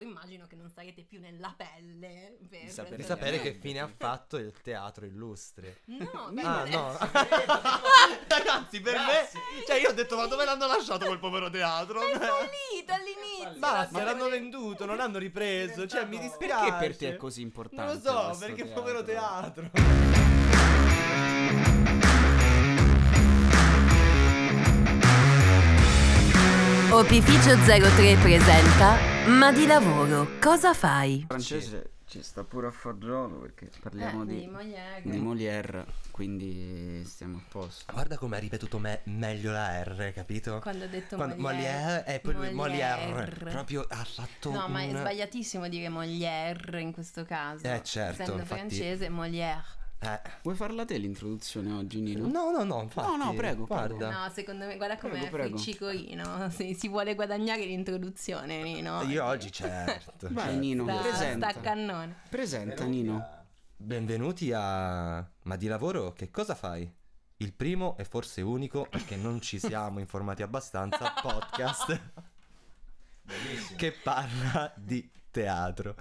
immagino che non sarete più nella pelle per Di sapere- per- Di sapere che fine ha fatto il teatro illustre. No, beh, Ah, eh, no. Ragazzi, per Grazie. me... Cioè, io ho detto, ma dove l'hanno lasciato quel povero teatro? ma è fallito all'inizio. Basta, la l'hanno teoria. venduto, non l'hanno ripreso. Cioè, mi dispiace. Perché per te è così importante? Non lo so, questo perché teatro? povero teatro. Opificio 03 presenta Ma di lavoro cosa fai? Francese ci sta pure a fagiolo perché parliamo Eh, di, di Molière. di Molière, quindi stiamo a posto. Guarda come ha ripetuto me- meglio la R, capito? Quando ho detto Quando- Molière, è poi lui- Molière. Molière. Proprio ha fatto No, ma è un- sbagliatissimo dire Molière in questo caso. Eh, certo, Essendo infatti. francese, Molière. Eh. Vuoi farla te l'introduzione oggi, Nino? No, no, no, infatti. No, no, prego, prego. Guarda. No, secondo me, Eh, guarda com'è Prego, prego. friccicorino. Se si vuole guadagnare l'introduzione, Nino. Io oggi certo. Vai, certo. Nino. Sta, Presenta. sta a cannone. Presenta, Nino. Benvenuti a Ma di lavoro che cosa fai? Il primo e forse unico, perché non ci siamo informati abbastanza, podcast che parla di teatro.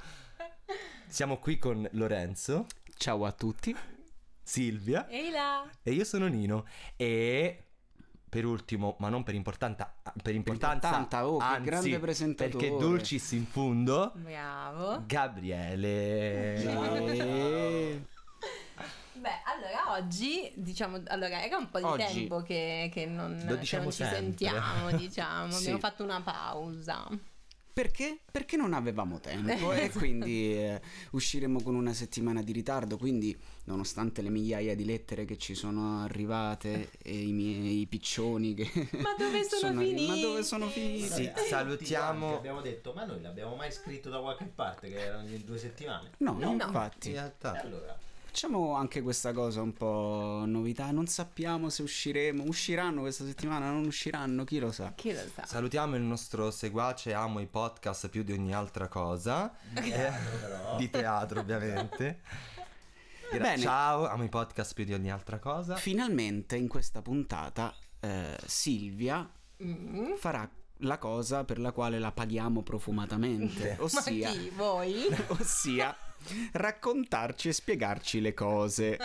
Siamo qui con Lorenzo, Ciao a tutti. Silvia Ehi là. e io sono Nino e per ultimo, ma non per importanza, per importanza, importanza, oh, che anzi, grande presentatore. perché Dulcis in fondo, Bravo. Gabriele. Eh, Beh, allora oggi, diciamo, allora era un po' di Oggi. tempo che, che non, che diciamo non ci sempre. sentiamo, diciamo, Sì. abbiamo fatto una pausa. Perché? Perché non avevamo tempo e quindi eh, usciremo con una settimana di ritardo, quindi nonostante le migliaia di lettere che ci sono arrivate e i miei piccioni che... Ma dove sono arri- Ma dove finiti? sono finiti? Sì, Ragazzi, salutiamo- tutti quanti Abbiamo detto, ma noi l'abbiamo mai scritto da qualche parte che erano in due settimane. No, No, no. infatti. In E realtà allora, Facciamo anche questa cosa un po' novità, non sappiamo se usciremo, usciranno questa settimana, non usciranno, chi lo sa. Chi lo sa? Salutiamo il nostro seguace, amo i podcast più di ogni altra cosa. Eh, di teatro, ovviamente. Gra- Bene. Ciao, amo i podcast più di ogni altra cosa. Finalmente in questa puntata eh, Silvia Mm. farà la cosa per la quale la paghiamo profumatamente, Ma ossia, chi? Voi? ossia raccontarci e spiegarci le cose.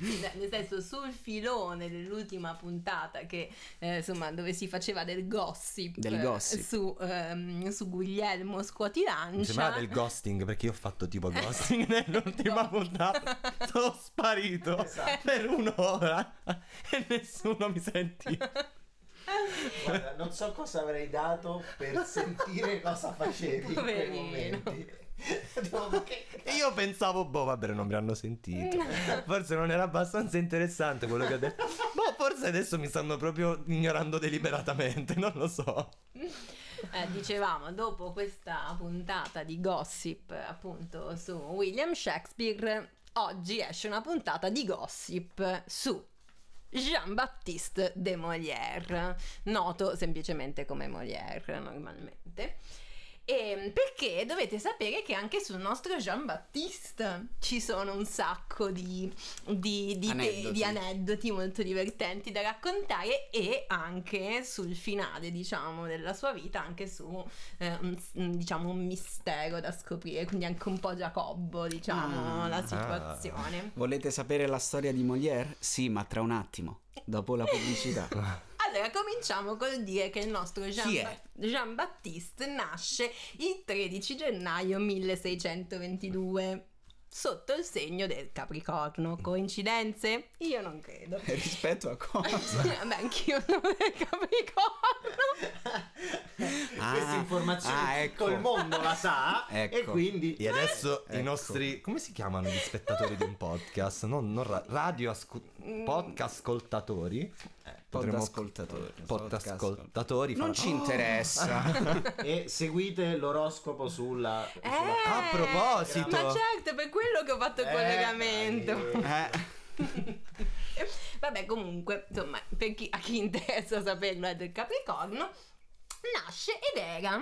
Sì, beh, nel senso sul filone dell'ultima puntata che eh, insomma dove si faceva del gossip, Del gossip. Su, ehm, su Guglielmo Scuotilancia Mi sembrava del ghosting perché io ho fatto tipo ghosting nell'ultima puntata. Sono sparito Esatto. per un'ora e nessuno mi sentiva. guarda, non so cosa avrei dato per sentire cosa facevi in quei Poverino. momenti. Dico, ma che E io pensavo, boh, vabbè, non mi hanno sentito. Forse non era abbastanza interessante quello che ho detto. Boh, forse adesso mi stanno proprio ignorando deliberatamente, non lo so. Eh, dicevamo, dopo questa puntata di gossip appunto su William Shakespeare, oggi esce una puntata di gossip su Jean-Baptiste de Molière, noto semplicemente come Molière normalmente. E mm, perché dovete sapere che anche sul nostro Jean-Baptiste ci sono un sacco di, di- di- Aneddoti. di aneddoti molto divertenti da raccontare e anche sul finale, diciamo, della sua vita, anche su eh, un, un- diciamo, un mistero da scoprire, quindi anche un po' Giacobbo, diciamo, Ah. la situazione. Volete sapere la storia di Molière? Sì, ma tra un attimo, dopo la pubblicità. Allora, cominciamo col dire che il nostro Jean, Chi è? Ba- Jean-Baptiste nasce il 13 gennaio 1622 sotto il segno del Capricorno. Coincidenze? Io non credo. Rispetto a cosa? Beh, anch'io non è Capricorno. Questa informazione ah, tutto il mondo la sa e Ecco. quindi E adesso Ecco. i nostri. come si chiamano gli spettatori di un podcast? Non, non ra- radio ascu- podcast ascoltatori. Podascoltatori. Podascoltatori. Non fa- ci interessa. e seguite l'oroscopo sulla... Eh, sulla- A proposito. Ma certo, è per quello che ho fatto il Eh, collegamento. dai. Eh, Vabbè, comunque, insomma, per chi, a chi interessa saperlo è del Capricorno, nasce ed era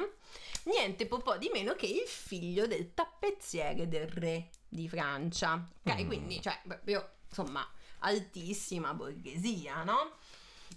niente po' po' di meno che il figlio del tappezziere del re di Francia. Ok, Mm. quindi, cioè, proprio, insomma, altissima borghesia, no?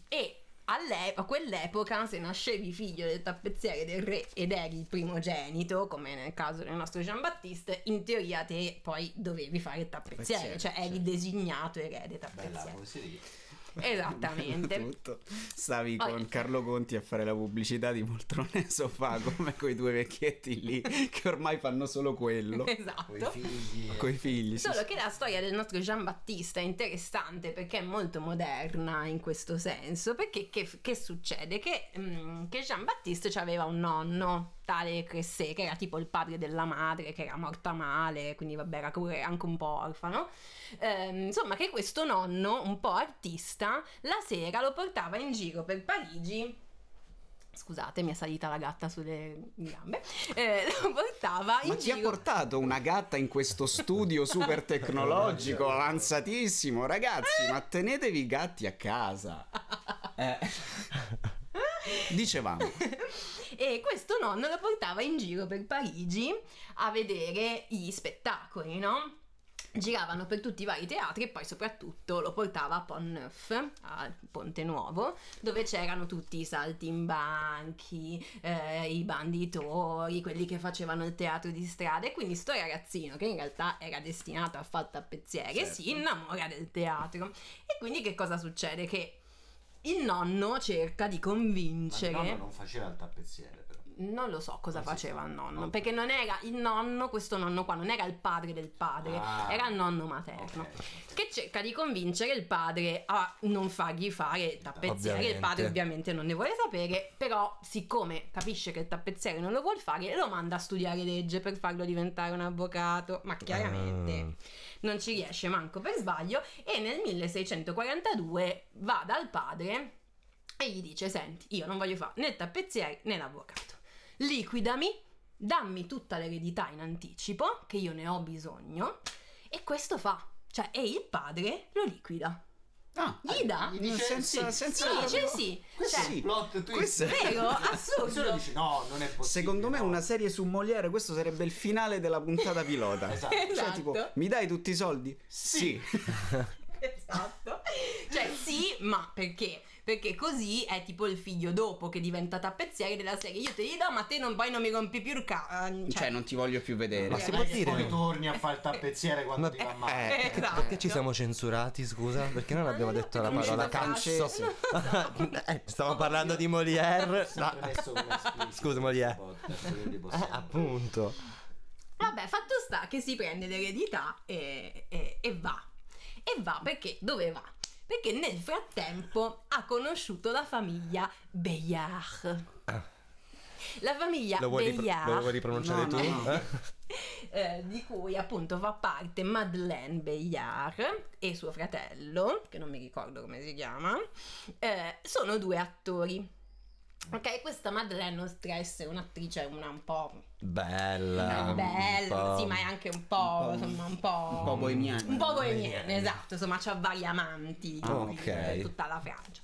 E all'e- a quell'epoca se nascevi figlio del tappezziere del re ed eri il primogenito, come nel caso del nostro Giambattista, in teoria te poi dovevi fare il tappezziere, Tappezziere, cioè eri sì. designato erede Bella tappezziere. poesia. Esattamente. Tutto. Stavi Poi- con Carlo Conti a fare la pubblicità di Poltrone Sofà come quei due vecchietti lì che ormai fanno solo quello. Con Esatto. i figli. Coi figli. sì, Solo sì. che la storia del nostro Giambattista è interessante perché è molto moderna in questo senso. Perché che, che succede? Che, mm, che Giambattista aveva un nonno, tale Cressé, che era tipo il padre della madre, che era morta male, quindi vabbè, era pure anche un po' orfano. Ehm, insomma, che questo nonno, un po' artista, la sera lo portava in giro per Parigi. Scusate, mi è salita la gatta sulle gambe. Eh, lo portava in Ma ti giro. ha portato una gatta in questo studio super tecnologico, avanzatissimo. Ragazzi, ma tenetevi i gatti a casa. Eh. Dicevamo, e questo nonno lo portava in giro per Parigi a vedere gli spettacoli, no? Giravano per tutti i vari teatri e poi soprattutto lo portava a Pont-Neuf, al Ponte Nuovo, dove c'erano tutti i saltimbanchi, eh, i banditori, quelli che facevano il teatro di strada e quindi sto ragazzino che in realtà era destinato a far tappezziere Certo. si innamora del teatro. E quindi che cosa succede? Che il nonno cerca di Ma convincere il nonno non faceva il tappezziere, però. non lo so cosa Non si faceva sa. il nonno, Eh, Ok. perché non era il nonno, questo nonno qua, non era il padre del padre, Ah. era il nonno materno. Ok. Che cerca di convincere il padre a non fargli fare il tappezziere. Il padre Ovviamente. ovviamente non ne vuole sapere, però siccome capisce che il tappezziere non lo vuol fare, lo manda a studiare legge per farlo diventare un avvocato, ma chiaramente non ci riesce manco per sbaglio e nel 1642 va dal padre e gli dice senti io non voglio fare né il tappezziere né l'avvocato liquidami dammi tutta l'eredità in anticipo che io ne ho bisogno e questo fa cioè e il padre lo liquida ah, gli dà Gli dice senza, sì. sì, senza dice sì Questo cioè, è il plot twist. Questo è- vero Solo assurdo dice no, non è possibile. Secondo me no. una serie su Molière, questo sarebbe il finale della puntata pilota. Esatto. Cioè, Esatto. tipo, mi dai tutti i soldi? Sì. Esatto. Cioè, sì, ma perché? Perché così è tipo il figlio dopo che diventa tappezziere della serie. Io te li do, ma te non, poi non mi rompi più il eh, cazzo. Cioè, non ti voglio più vedere. Ma si può dire? Poi torni a fare il tappezziere quando Ma- ti va eh, male. Eh, esatto. Perché ci siamo censurati, scusa? Perché non Ah, abbiamo detto la non ci parola dà cazzo? francese. Eh, Stavamo parlando di Molière. Sempre messo come esplicito Scusa, Molière. questo podcast, quindi Eh, possiamo- appunto. Vabbè, fatto sta che si prende l'eredità e, e- e va. E va perché dove va? Perché nel frattempo ha conosciuto la famiglia Bayard. La famiglia Ah. Lo vuoi, ripro- Bayard. lo vuoi ripronunciare No, tu? no, no. Eh? eh, di cui appunto fa parte Madeleine Bayard e suo fratello, che non mi ricordo come si chiama, eh, sono due attori. Ok, questa Madeleine oltre a essere un'attrice, una un po' Bella. è bella, un po'. sì, ma è anche un po', insomma, un po'... Un po' boemiana. Un po' boemiana, esatto, insomma, c'ha vari amanti, Ah, quindi, ok. eh, tutta la Francia.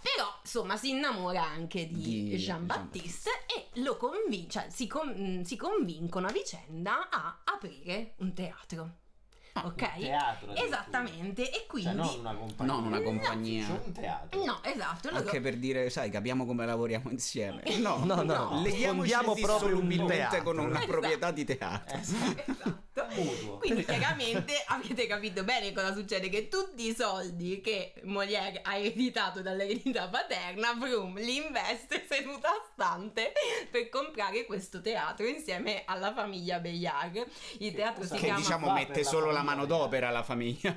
Però, insomma, si innamora anche di, Di Jean-Baptiste e lo convince, cioè, si, con- mm, si convincono a vicenda a aprire un teatro. ok? Ah, Un teatro. addirittura. Esattamente, e quindi... Cioè, non una compagnia. Non una No, compagnia. C'è un teatro. No, esatto, loro- Anche per dire, sai, capiamo come lavoriamo insieme. No, No, no, leghiamoci fondiamo proprio un dissolubilmente teatro. con una Esatto. proprietà di teatro. Eh, Esatto. Mutuo. Quindi chiaramente avete capito bene cosa succede, che tutti i soldi che Molière ha ereditato dall'eredità paterna, Vroom li investe seduta a stante per comprare questo teatro insieme alla famiglia Bayard. Il teatro si cosa- Che chiama... diciamo Qua mette per la solo la famiglia. manodopera alla famiglia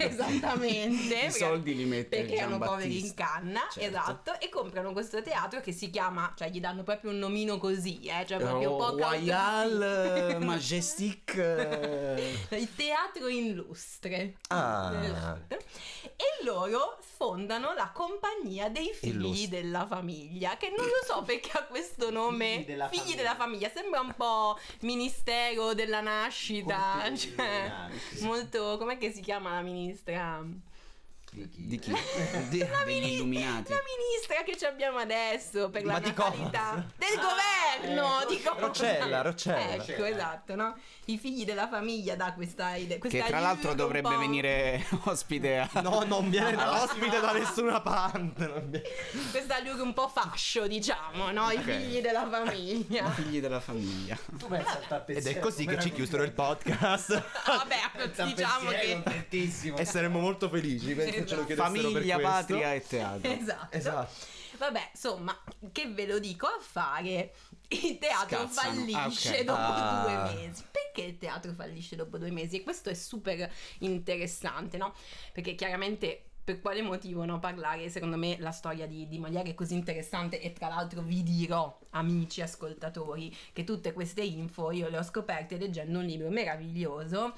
Esattamente. I soldi li mette Perché erano poveri in Giambattista. canna, Certo. esatto, e comprano questo teatro che si chiama, cioè gli danno proprio un nomino così, eh, cioè proprio Oh, poca Royal Majestic eh, Il teatro in lustre. Ah. Esatto. E loro fondano la compagnia dei figli Illustri. della famiglia, che non lo so perché ha questo nome. Figli della famiglia. famiglia, sembra un po' ministero della nascita, Conti cioè, degli illuminati. molto com'è che si chiama la ministra? Di chi? Di chi? Di- degli mini- illuminati. la ministra che ci abbiamo adesso per Ma la di natalità del Ah, governo eh, ecco. di cosa? Rocella, Rocella. ecco esatto no? i figli della famiglia da questa idea Che tra l'altro dovrebbe venire ospite a... Ah, No, non viene ospite da nessuna parte. non viene. questa look un po' fascio diciamo no? i Ok. figli della i famiglia figli della famiglia. Tu pensa al Ed tappezziere. è così che com'era ci con- chiusero il podcast. vabbè Il diciamo tappezziere che contentissimo. e saremmo molto felici. Penso che ce lo Esatto. chiedessero Famiglia, per questo. patria e teatro. esatto. Esatto. Vabbè, insomma, che ve lo dico a fare? Il teatro Scazzano. fallisce Ah, ok. dopo Ah. due mesi. Perché il teatro fallisce dopo due mesi? E questo è super interessante, no? Perché chiaramente. Per quale motivo no, parlare, secondo me, la storia di, di Molière è così interessante e tra l'altro vi dirò, amici ascoltatori, che tutte queste info io le ho scoperte leggendo un libro meraviglioso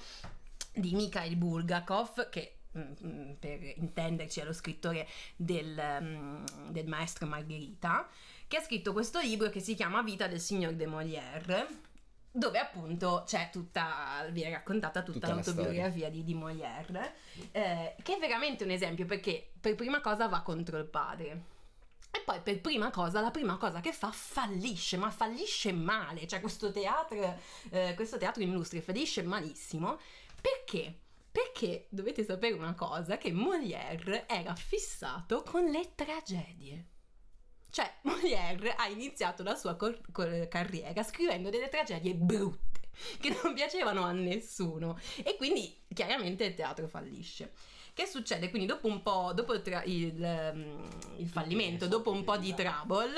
di Mikhail Bulgakov che mm, mm, per intenderci è lo scrittore del, mm, del maestro Margherita, che ha scritto questo libro che si chiama Vita del signor de Molière, dove appunto c'è tutta, viene raccontata tutta, Tutta la l'autobiografia di, di Molière, eh, che è veramente un esempio perché per prima cosa va contro il padre. E poi per prima cosa, la prima cosa che fa fallisce, ma fallisce male, cioè questo teatro, eh, questo teatro industria fallisce malissimo, perché? Perché dovete sapere una cosa, che Molière era fissato con le tragedie. Cioè, Molière ha iniziato la sua cor- cor- carriera scrivendo delle tragedie brutte, che non piacevano a nessuno. E quindi, chiaramente, il teatro fallisce. Che succede? Quindi, dopo un po', dopo il, tra- il, ehm, il fallimento, dopo un po' di trouble,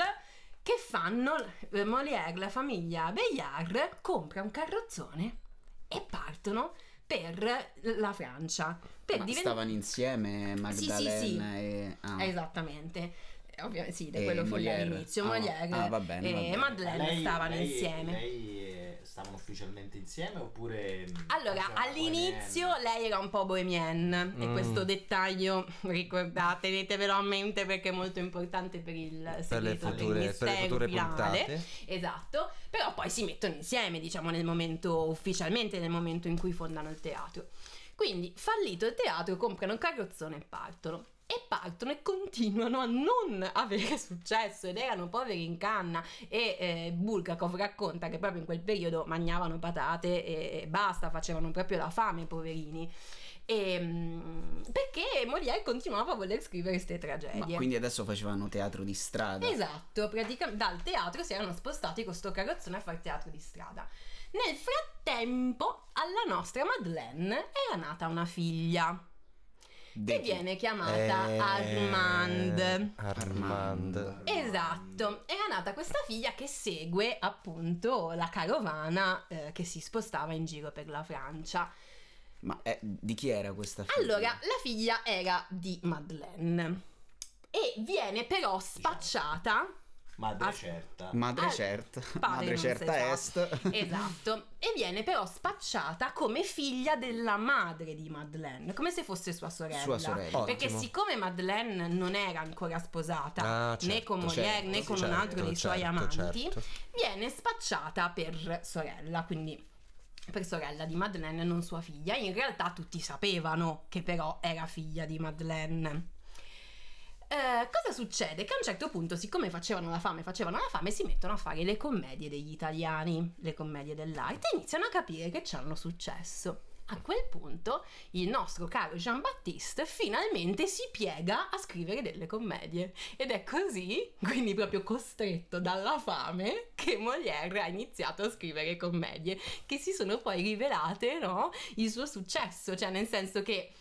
che fanno Eh, Molière, la famiglia Bayard, compra un carrozzone e partono per la Francia. Per Ma diven- stavano insieme Sì, sì, Magdalena sì. e... ah. Esattamente. Eh, Ovviamente sì, da E quello fuori Molière. all'inizio, Ah, Molière eh, ah, va bene, e va bene. Ma Madeleine lei- stavano lei- insieme. Lei eh, stavano ufficialmente insieme oppure... mm, Allora, facevano all'inizio bohème? lei era un po' bohemienne e Mm. questo dettaglio ricordate, tenetevelo a mente perché è molto importante per Eh, il Per segreto del le future, per le mistero future finale. puntate. Esatto, però poi si mettono insieme, diciamo, nel momento ufficialmente, nel momento in cui fondano il teatro. Quindi, fallito il teatro, comprano un carrozzone e partono. E partono e continuano a non avere successo ed erano poveri in canna. E eh, Bulgakov racconta che proprio in quel periodo mangiavano patate e, e basta, facevano proprio la fame, poverini. E, mm, perché Molière continuava a voler scrivere queste tragedie. Ma quindi adesso facevano teatro di strada. Esatto, praticamente dal teatro si erano spostati con sto carrozzone a fare teatro di strada. Nel frattempo, alla nostra Madeleine era nata una figlia Dei che chi? viene chiamata Eh. Armand. Armand. Esatto, era nata questa figlia che segue appunto la carovana eh, che si spostava in giro per la Francia. Ma eh, di chi era questa figlia? Allora, la figlia era di Madeleine e viene però spacciata Madre Ah, certa. Madre Ah, certa. padre Madre non si certa sa. est. Esatto, e viene però spacciata come figlia della madre di Madeleine, come se fosse sua sorella. Sua sorella. Oh, Perché Ottimo. siccome Madeleine non era ancora sposata Ah, né con certo, Molière né certo, con un certo, altro dei suoi certo, amanti, certo. viene spacciata per sorella, quindi per sorella di Madeleine e non sua figlia. In realtà tutti sapevano che però era figlia di Madeleine. Eh, cosa succede? Che a un certo punto, siccome facevano la fame, facevano la fame, si mettono a fare le commedie degli italiani, le commedie dell'arte, e iniziano a capire che ci hanno successo. A quel punto il nostro caro Jean-Baptiste finalmente si piega a scrivere delle commedie. Ed è così, quindi proprio costretto dalla fame, che Molière ha iniziato a scrivere commedie, che si sono poi rivelate, no? Il suo successo, cioè nel senso che...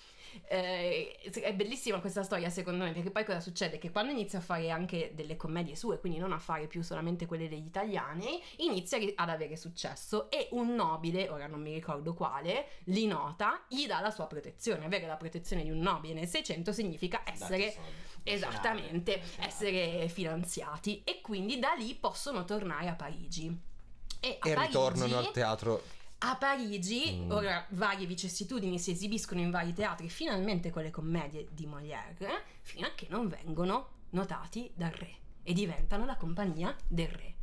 eh, è bellissima questa storia secondo me perché poi cosa succede? Che quando inizia a fare anche delle commedie sue, quindi non a fare più solamente quelle degli italiani, inizia ri- ad avere successo e un nobile, ora non mi ricordo quale, li nota, gli dà la sua protezione. Avere la protezione di un nobile nel 600 significa essere Esattamente, Esatto. essere finanziati e quindi da lì possono tornare a Parigi. a E Parigi- ritornano al teatro. A Parigi, Mm. ora varie vicissitudini si esibiscono in vari teatri, finalmente con le commedie di Molière, fino a che non vengono notati dal re e diventano la compagnia del re.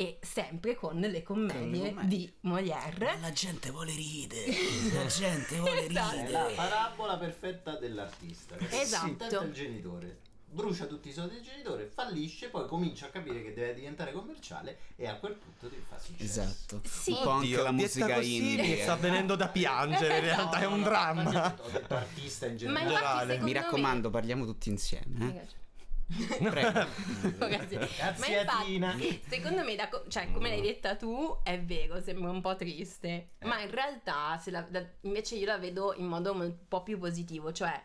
e sempre con le commedie commedie. di Molière. La gente vuole ridere, la gente vuole Esatto. È la ridere. parabola perfetta dell'artista. che Esatto. tenta il genitore. Brucia tutti i soldi del genitore, fallisce, poi comincia a capire che deve diventare commerciale e a quel punto devi fare successo. Esatto. Sì. Un po' anche Oddio, la detta musica così Mi indie. sta eh. venendo da piangere, in realtà è un dramma. Ho detto artista in generale. infatti generale. secondo Mi me- raccomando, parliamo tutti Hai insieme. ragione. Eh? Prego. Ecco, Grazie. Ma Grazie, Tina. infatti, secondo me, da co- cioè, come l'hai detta tu, è vero, sembra un po' triste, Eh. ma in realtà se la- da- invece io la vedo in modo un po' più positivo, cioè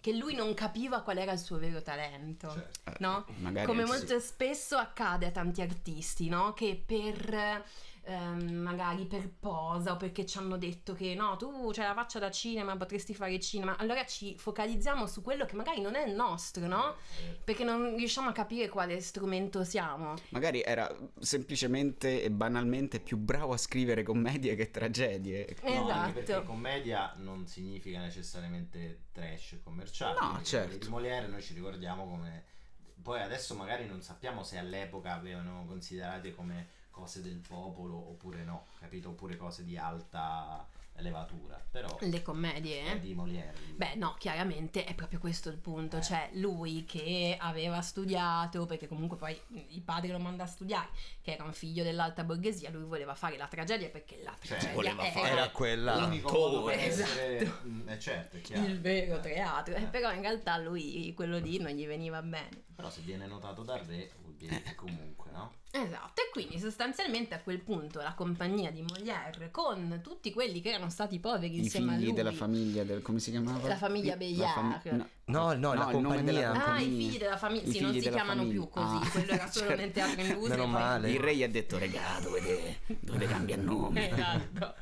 che lui non capiva qual era il suo vero talento, Certo. no? Eh, Magari Come anche molto spesso accade a tanti artisti, no? Che per ehm, magari per posa o perché ci hanno detto che no, tu c'hai la faccia da cinema, potresti fare cinema, allora ci focalizziamo su quello che magari non è il nostro, no? Eh, Perché non riusciamo a capire quale strumento siamo. Magari era semplicemente e banalmente più bravo a scrivere commedie che tragedie. No, anche esatto. perché commedia non significa necessariamente trash commerciale. No, Quindi, certo. Di Molière noi ci ricordiamo come... Poi adesso magari non sappiamo se all'epoca avevano considerate come cose del popolo oppure no, capito? Oppure cose di alta levatura. Però Le commedie. è eh? di Molière. di- Beh, no, chiaramente è proprio questo il punto, cioè lui che aveva studiato, perché comunque poi il padre lo manda a studiare, che era un figlio dell'alta borghesia, lui voleva fare la tragedia perché la Cioè, tragedia voleva era Era quella. L'unico modo per Esatto. essere... Mm, eh, certo, è chiaro. il vero Eh, teatro, eh, eh. però in realtà lui quello lì non gli veniva bene. Però se viene notato dal re vuol dire che comunque, no? Esatto, e quindi sostanzialmente a quel punto la compagnia di Molière con tutti quelli che erano stati poveri I insieme a figli lui. della famiglia del come si chiamava? La famiglia La fami- Bayard. No, no, il la nome compagnia. della Ah, compagnia. i figli della famiglia, I sì, non figli si della chiamano famiglia. più così, Ah, quello era solo certo. nel teatro in luce. Meno poi- male. Il re gli ha detto regà, dovete, dovete cambiare nome. Esatto.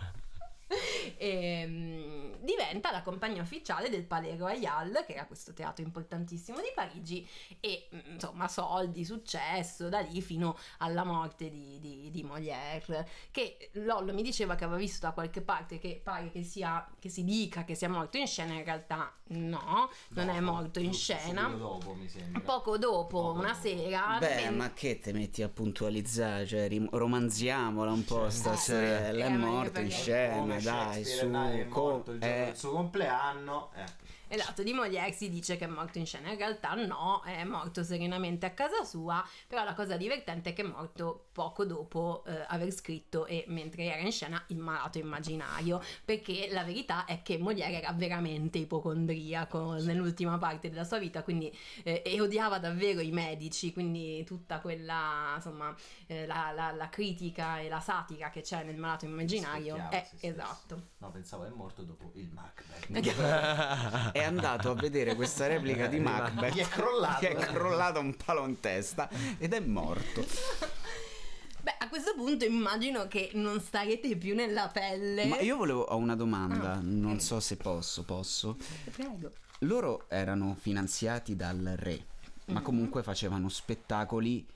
Ehm, diventa la compagnia ufficiale del Palais Royal, che era questo teatro importantissimo di Parigi, e mm, insomma soldi, successo, da lì fino alla morte di, di- di Molière, che Lollo mi diceva che aveva visto da qualche parte che pare che, sia, che si dica che sia morto in scena, in realtà no, non No, è morto in subito scena. dopo, mi sembra. Poco dopo, Poco una dopo. sera, Beh, diventa- ma che te metti a puntualizzare? Cioè, rim- romanziamola un po'. Sta Eh, sorella eh, è ma morta in perché- scena, Come dai, Shakespeare su. là è co- morto il giorno eh, del suo compleanno. eh. Esatto, di Molière si dice che è morto in scena, in realtà no, è morto serenamente a casa sua, però la cosa divertente è che è morto poco dopo eh, aver scritto e mentre era in scena il malato immaginario, perché la verità è che Molière era veramente ipocondriaco nell'ultima parte della sua vita, quindi eh, e odiava davvero i medici, quindi tutta quella, insomma, eh, la, la- la critica e la satira che c'è nel malato immaginario Rispecchiava è se stesso. esatto. No, pensavo è morto dopo il Macbeth. Ecco, è andato a vedere questa replica di Macbeth. Gli è crollato. Gli è crollato un palo in testa ed è morto. Beh, a questo punto immagino che non starete più nella pelle. Ma io volevo, ho una domanda, Eh? Ah. non so se posso, posso. Prego. Loro erano finanziati dal re, ma comunque facevano spettacoli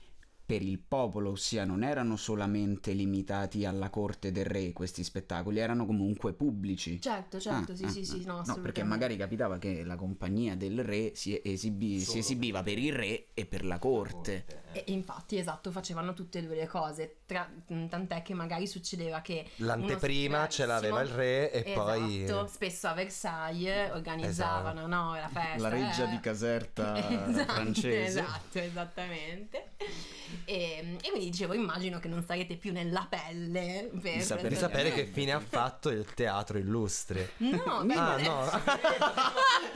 per il popolo, ossia non erano solamente limitati alla corte del re questi spettacoli, erano comunque pubblici. Certo, certo, Ah, sì, ah, sì, ah. sì, no, assolutamente. perché magari capitava che la compagnia del re si, esibi- si Solo. esibiva per il re e per la corte. E e infatti, esatto, facevano tutte e due le cose. Tra- mh, tant'è che magari succedeva che. L'anteprima uno- ce l'aveva il re e Esatto, poi... Spesso a Versailles organizzavano, Esatto. no? La festa. La reggia eh. di Caserta Esatto, francese. Esatto, esattamente. E, e quindi dicevo, immagino che non starete più nella pelle per Di sapere- Di sapere che Veramente. fine ha fatto il teatro illustre. No, beh, Ah, adesso- no.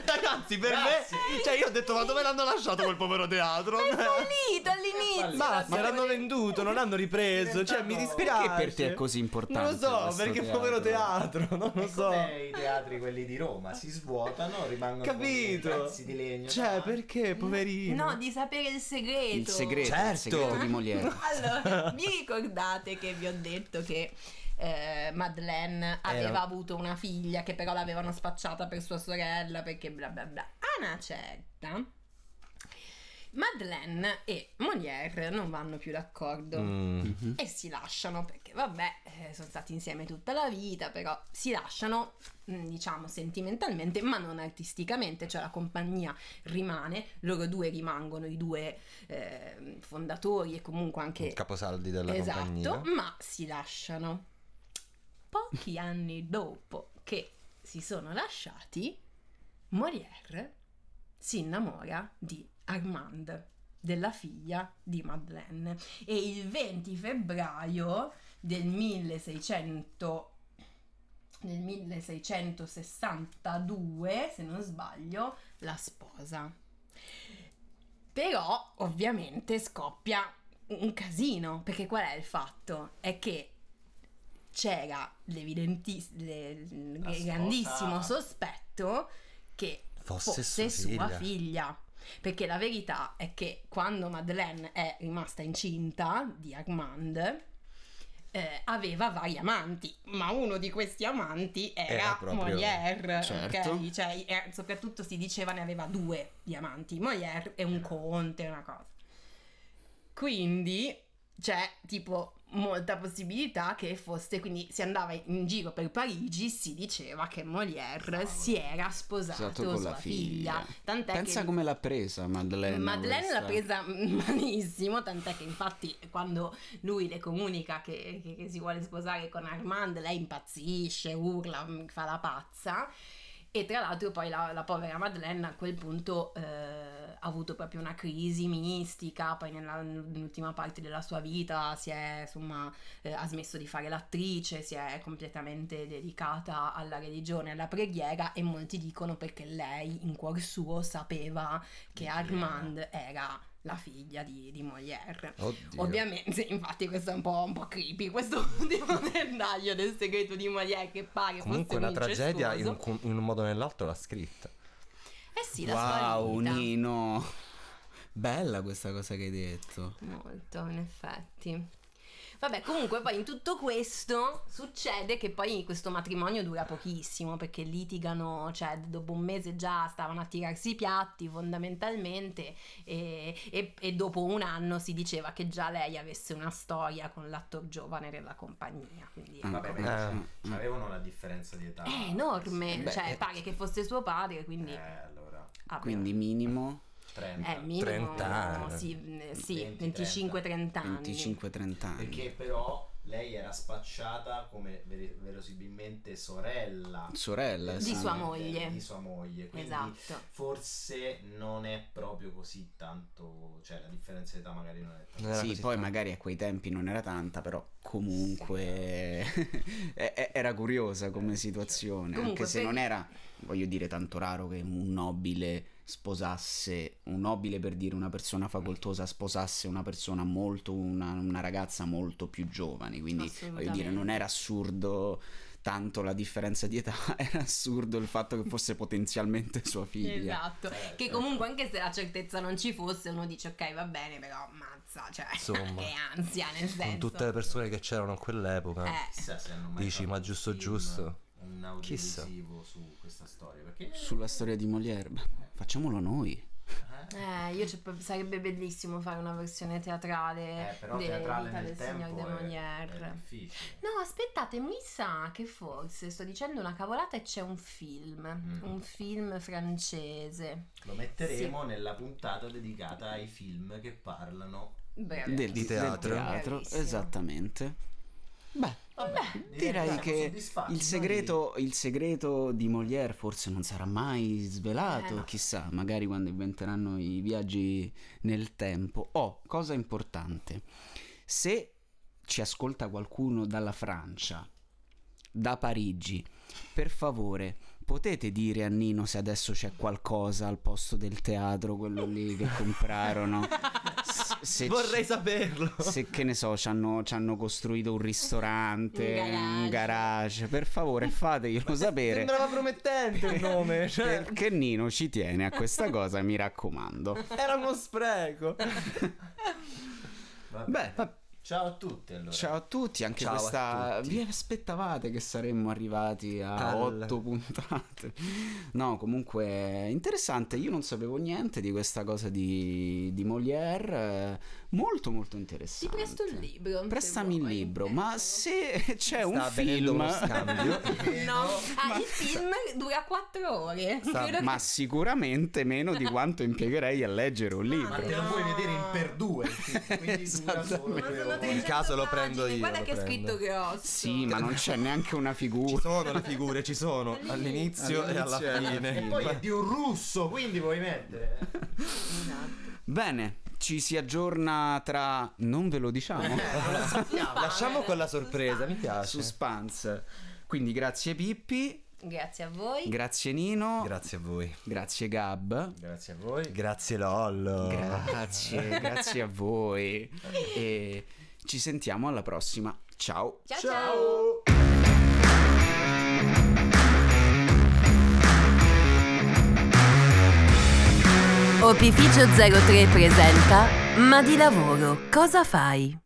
Ragazzi, per me, cioè io ho detto, ma dove l'hanno lasciato quel povero teatro? Ma è fallito all'inizio. Ma la se l'hanno teoria. venduto, non l'hanno ripreso. Cioè, mi dispiace. Perché per te è così importante? Non lo so, questo perché povero teatro, non Ecco lo È so. come i teatri quelli di Roma si svuotano, rimangono con i Capito? pezzi di legno. Cioè, davanti. perché, poverino? No, di sapere il segreto. Il segreto, il Certo. segreto di Molière. Allora, vi ricordate che vi ho detto che eh, Madeleine aveva Era- avuto una figlia che però l'avevano spacciata per sua sorella perché bla bla bla. A una certa Madeleine e Molière non vanno più d'accordo Mm. Mhm. e si lasciano perché vabbè eh, sono stati insieme tutta la vita però si lasciano mh, diciamo sentimentalmente ma non artisticamente cioè la compagnia rimane loro due rimangono i due eh, fondatori e comunque anche Caposaldi della esatto compagnia. ma si lasciano pochi anni dopo che si sono lasciati Molière si innamora di Armand della figlia di Madeleine e il 20 febbraio del 1600 nel 1662, se non sbaglio, la sposa. Però ovviamente scoppia un casino, perché qual è il fatto? È che c'era l'evidentiss- le- il La sposa- grandissimo sospetto che Fosse fosse sua sua figlia. figlia. Perché la verità è che quando Madeleine è rimasta incinta di Armand, eh, aveva vari amanti, ma uno di questi amanti era, Era proprio- Molière, Certo. ok? Cioè, eh, soprattutto si diceva ne aveva due di amanti, Molière e un conte, una cosa. Quindi c'è tipo molta possibilità che fosse, quindi si andava in giro per Parigi, si diceva che Molière si era sposato Stato con sua la figlia. Tant'è Pensa che come l'ha presa Madeleine. Madeleine l'ha questa. presa malissimo, tant'è che infatti quando lui le comunica che, che- che si vuole sposare con Armand, lei impazzisce, urla, mh, fa la pazza. E tra l'altro poi la, la povera Madeleine a quel punto eh, ha avuto proprio una crisi mistica, poi nella- nell'ultima parte della sua vita si è, insomma, eh, ha smesso di fare l'attrice, si è completamente dedicata alla religione, alla preghiera e molti dicono perché lei in cuor suo sapeva che Armand era la figlia di, di Molière. Oddio. Ovviamente, infatti, questo è un po', un po' creepy. Questo ultimo dettaglio del segreto di Molière che pare Comunque fosse una un tragedia in incestuoso. un, com- in un modo o nell'altro l'ha scritta. Eh sì, la Wow, sua vita. Nino. Bella questa cosa che hai detto. Molto, in effetti. Vabbè, comunque poi in tutto questo succede che poi questo matrimonio dura pochissimo perché litigano, cioè dopo un mese già stavano a tirarsi i piatti fondamentalmente e, e- e dopo un anno si diceva che già lei avesse una storia con l'attore giovane della compagnia. Quindi ecco. Ah, Vabbè, eh, beh, mm. Avevano la differenza di età. è enorme, Beh, cioè eh. pare che fosse suo padre, quindi... Ah, eh, Eh, allora, vabbè. Quindi minimo è 30. minimo 30 anni. sì, mh, sì 20, 25-30 anni. 25-30 anni. Perché però lei era spacciata come vere- verosimilmente sorella Sorella Di sì. sua moglie. Di sua moglie. Quindi Esatto. forse non è proprio così tanto, cioè la differenza di età magari non è tanto. Eh. Non era Sì, così poi tanto. magari a quei tempi non era tanta, però comunque e- e- era curiosa come situazione, Comunque, anche se per- non era, voglio dire, tanto raro che un nobile sposasse, un nobile per dire una persona facoltosa sposasse una persona molto, una, una ragazza molto più giovane, quindi voglio dire, non era assurdo tanto la differenza di età, era assurdo il fatto che fosse potenzialmente sua figlia. Esatto, Eh, che ecco. comunque anche se la certezza non ci fosse uno dice ok va bene però mazza, cioè Insomma. che ansia nel senso. Con tutte le persone che c'erano a quell'epoca. Eh, Chissà se hanno mai Dici, fatto ma un giusto, film, giusto. Un Chissà. audiovisivo su questa storia. Perché Sulla storia di Molière, beh, facciamolo noi. eh, eh, io c'è pro- sarebbe bellissimo fare una versione teatrale eh, però de- teatrale vita nel del signor tempo De è, Molière. è difficile. No, aspettate, mi sa che forse sto dicendo una cavolata e c'è un film, Mm. un film francese. Lo metteremo nella puntata dedicata ai film che parlano Bravissimo. del, Di del teatro. teatro, Bravissimo. esattamente. Beh, Vabbè, direi siamo che soddisfatti, il noi- segreto, il segreto di Molière forse non sarà mai svelato, Eh, no. chissà, magari quando inventeranno i viaggi nel tempo. Oh, cosa importante, se ci ascolta qualcuno dalla Francia, da Parigi, per favore... Potete dire a Nino se adesso c'è qualcosa al posto del teatro, quello lì che comprarono? S- se Vorrei ci- saperlo. se che ne so, ci hanno, ci hanno costruito un ristorante, Un garage. un garage, per favore fateglielo sapere. Sembrava promettente il nome. cioè, Perché Nino ci tiene a questa cosa, mi raccomando. era uno spreco. Va Beh, bene. va- Ciao a tutti allora. Ciao a tutti, anche Ciao a questa. tutti. Vi aspettavate che saremmo arrivati a Al- otto puntate? No, comunque interessante. Io non sapevo niente di questa cosa di, di Molière. eh, Molto, molto Ti interessante. presto Esatto. il libro. se Prestami il vuoi. libro, Ecco. ma se c'è un avvenendo film. uno scambio. No, ah, il film dura quattro ore. Sta- Credo Ma che- sicuramente meno di quanto impiegherei a leggere un Ma libro. Esatto. te lo puoi vedere in per due, quindi dura solo Ma due sono ore. 300 caso lo pagine, prendo io, Guarda lo che prendo. scritto che ho. Sì, ma non c'è neanche una Ci figura. sono le figure, ci sono all'inizio, e alla All'inizio e alla fine. E poi è di un russo, quindi puoi mettere. Bene, ci si aggiorna tra. Non ve lo diciamo. Lasciamo quella sorpresa, mi piace. Suspense. Quindi grazie Pippi, Grazie a voi. grazie Nino, Grazie a voi. grazie Gab. Grazie a voi. Grazie Lollo. Ah. Grazie, grazie a voi. E ci sentiamo alla prossima. Ciao. Ciao ciao. Opificio 03 presenta Ma di lavoro cosa fai?